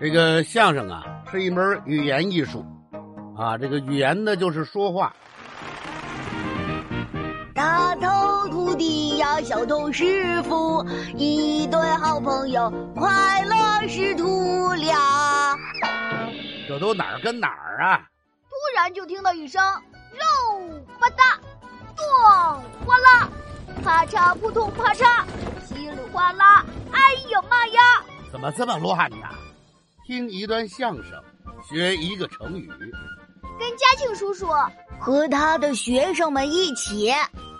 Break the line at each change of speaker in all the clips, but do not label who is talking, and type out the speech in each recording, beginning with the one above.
这个相声啊，是一门语言艺术，啊，这个语言呢就是说话。
大头徒弟呀，小头师傅，一对好朋友，快乐师徒俩。
这都哪儿跟哪儿啊？
突然就听到一声肉吧嗒，咚哗啦，啪嚓扑通啪嚓，稀里哗啦，哎呦妈呀！
怎么这么乱呢？听一段相声，学一个成语，
跟嘉庆叔叔和他的学生们一起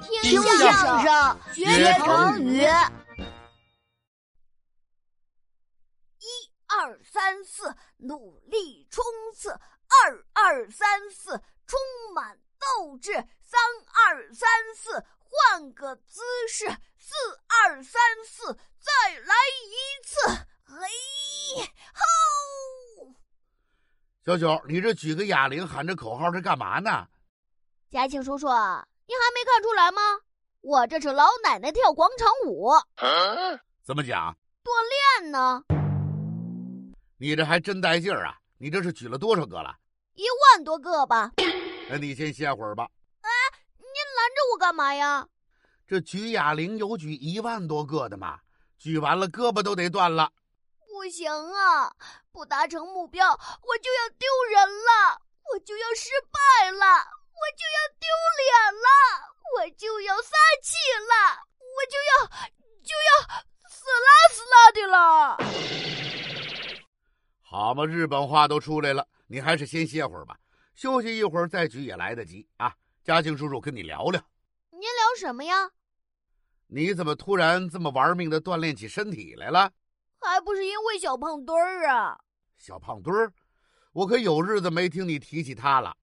听
听相
相声、学
学
成
成
语。
语
一二三四，努力冲刺；二二三四，充满斗志；三二三四，换个姿势；四二三四，再来一次。嘿吼！
小九，你这举个哑铃喊着口号是干嘛呢？
嘉庆叔叔，您还没看出来吗？我这是老奶奶跳广场舞，
怎么讲？
看呢，
你这还真带劲儿啊！你这是举了多少个了？
一万多个吧。您
那你先歇会儿吧。
拦着我干嘛呀？
这举哑铃有举一万多个的嘛？举完了胳膊都得断了。
不行啊，不达成目标我就要丢人了，我就要失败了，我就要丢脸了，我就要撒气了，我就要就要死啦死啦的了。
好嘛，日本话都出来了，你还是先歇会儿吧，休息一会儿再举也来得及啊。嘉庆叔叔跟你聊聊，
您聊什么呀？
你怎么突然这么玩命的锻炼起身体来了？
还不是因为小胖墩儿啊。
小胖墩儿，我可有日子没听你提起他了。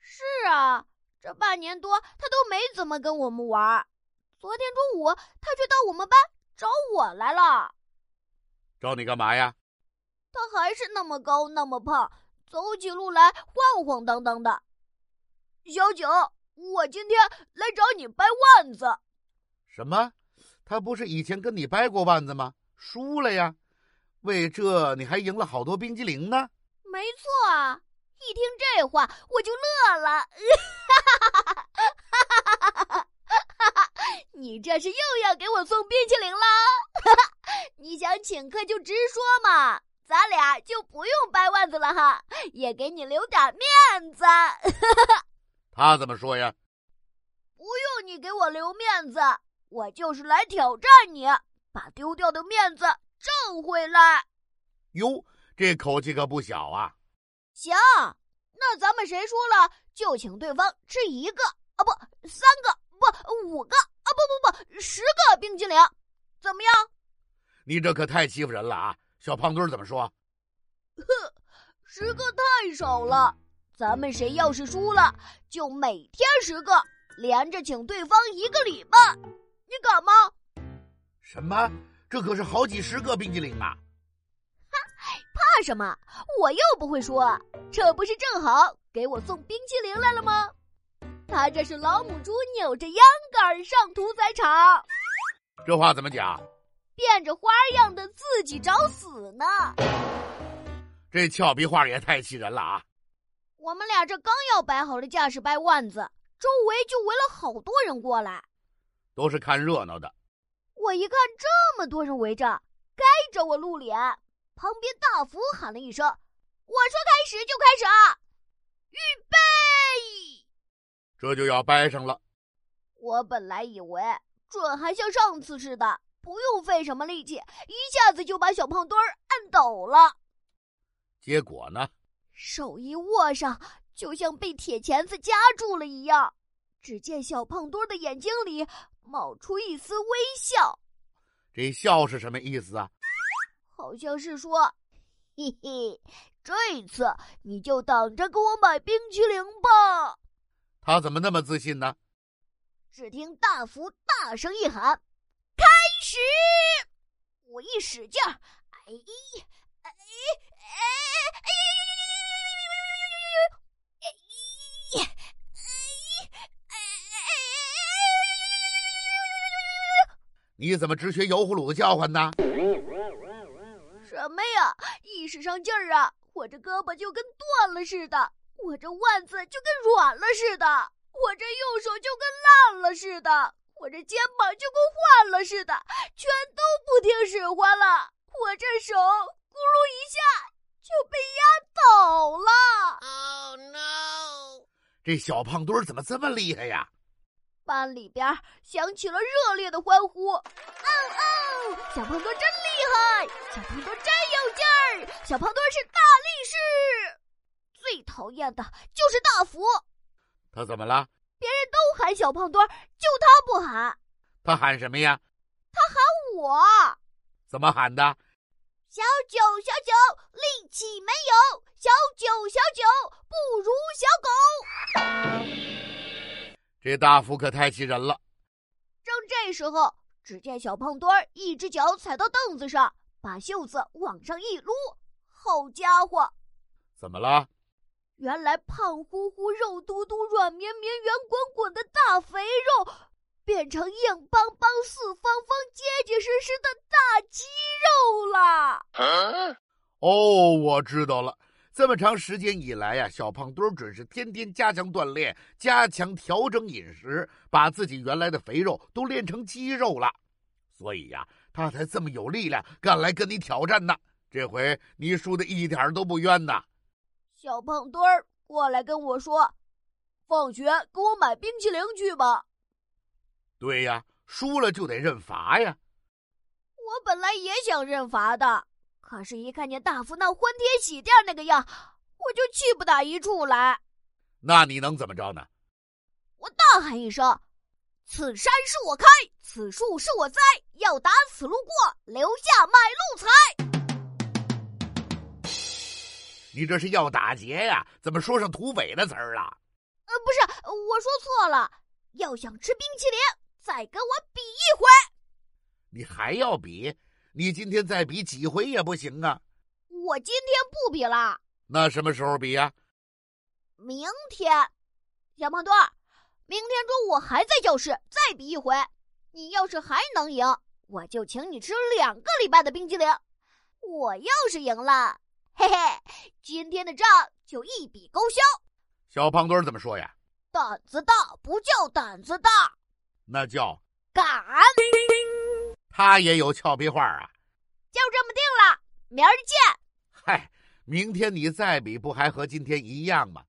是啊，这半年多他都没怎么跟我们玩儿。昨天中午他却到我们班找我来了。
找你干嘛呀？
他还是那么高，那么胖，走起路来晃晃荡荡的。小九，我今天来找你掰腕子。
什么？他不是以前跟你掰过腕子吗？输了呀，为这你还赢了好多冰激凌呢。
没错啊，一听这话我就乐了。 你这是又要给我送冰淇淋啦？ 你想请客就直说嘛，咱俩就不用掰腕子了哈，也给你留点面子。
他怎么说呀？
不用你给我留面子，我就是来挑战你，把丢掉的面子挣回来。
哟，这口气可不小啊！
行，那咱们谁输了就请对方吃一个啊，不，三个不，五个啊，不不不，十个冰激凌，怎么样？
你这可太欺负人了啊！小胖墩儿怎么说？
十个太少了，咱们谁要是输了，就每天十个，连着请对方一个礼拜，你敢吗？
什么？这可是好几十个冰激凌啊！
怕什么？我又不会说，这不是正好给我送冰淇淋来了吗？他这是老母猪扭着秧歌上屠宰场。
这话怎么讲？
变着花样的自己找死呢。
这俏皮话也太气人了啊！
我们俩这刚要摆好了架势掰腕子，周围就围了好多人过来。
都是看热闹的。
我一看这么多人围着，该着我露脸。旁边大福喊了一声：“我说开始就开始啊，预备
这就要掰上了。！”
我本来以为准还像上次似的，不用费什么力气，一下子就把小胖墩儿按倒了。
结果呢？
手一握上，就像被铁钳子夹住了一样。只见小胖墩儿的眼睛里冒出一丝微笑，
这笑是什么意思啊？
好像是说：“嘿嘿，这次你就等着给我买冰淇淋吧。
他怎么那么自信呢？”
只听大福大声一喊：“开始！”我一使劲儿，哎呀，哎哎哎呀呀呀呀呀呀呀呀呀呀呀呀！哎呀，哎哎
你怎么只学油葫芦的叫唤呢？
哎！什么呀？一使上劲儿啊，我这胳膊就跟断了似的，我这腕子就跟软了似的，我这右手就跟烂了似的，我这肩膀就跟换了似的，全都不听使唤了。我这手咕噜一下就被压倒了。
Oh no!
这小胖墩儿怎么这么厉害呀？
班里边儿响起了热烈的欢呼。哦哦，小胖墩真厉害，小胖墩真有劲儿，小胖墩是大力士。最讨厌的就是大福，
他怎么了？
都喊小胖墩儿，就他不喊
他喊什么呀？
我。
怎么喊的？
小九，小九，力气没有；小九，小九，不如小狗。
这大福可太气人了。
正这时候，只见小胖墩儿一只脚踩到凳子上，把袖子往上一撸。好家伙，
怎么了？
原来胖乎乎、肉嘟嘟、软绵绵、圆滚滚的大肥肉，变成硬邦邦、四方方、结结实实的大肌肉啦！
Huh?
哦，我知道了。这么长时间以来呀、啊小胖墩儿准是天天加强锻炼，加强调整饮食，把自己原来的肥肉都练成肌肉了，所以呀、他才这么有力量，敢来跟你挑战呢。这回你输的一点儿都不冤呐！
小胖墩儿过来跟我说：“放学给我买冰淇淋去吧。”
对呀，输了就得认罚呀。
我本来也想认罚的，可是，一看见大福那欢天喜地那个样，我就气不打一处来，
那你能怎么着呢？
大喊一声：“此山是我开，此树是我栽，要打此路过，留下买路财。
你这是要打劫呀？怎么说上土匪的词儿了？”
呃，不是，我说错了。要想吃冰淇淋，再跟我比一回。
你还要比？你今天再比几回也不行啊！
我今天不比啦，
那什么时候比啊呀、
明天。小胖墩儿，明天中午还在教室再比一回。你要是还能赢，我就请你吃两个礼拜的冰淇淋。我要是赢了，嘿嘿，今天的账就一笔勾销。
小胖墩儿怎么说呀？
胆子大不叫胆子大，
那叫
敢
他也有俏皮话啊！
就这么定了。明儿见。
嗨，明天你再比不还和今天一样吗？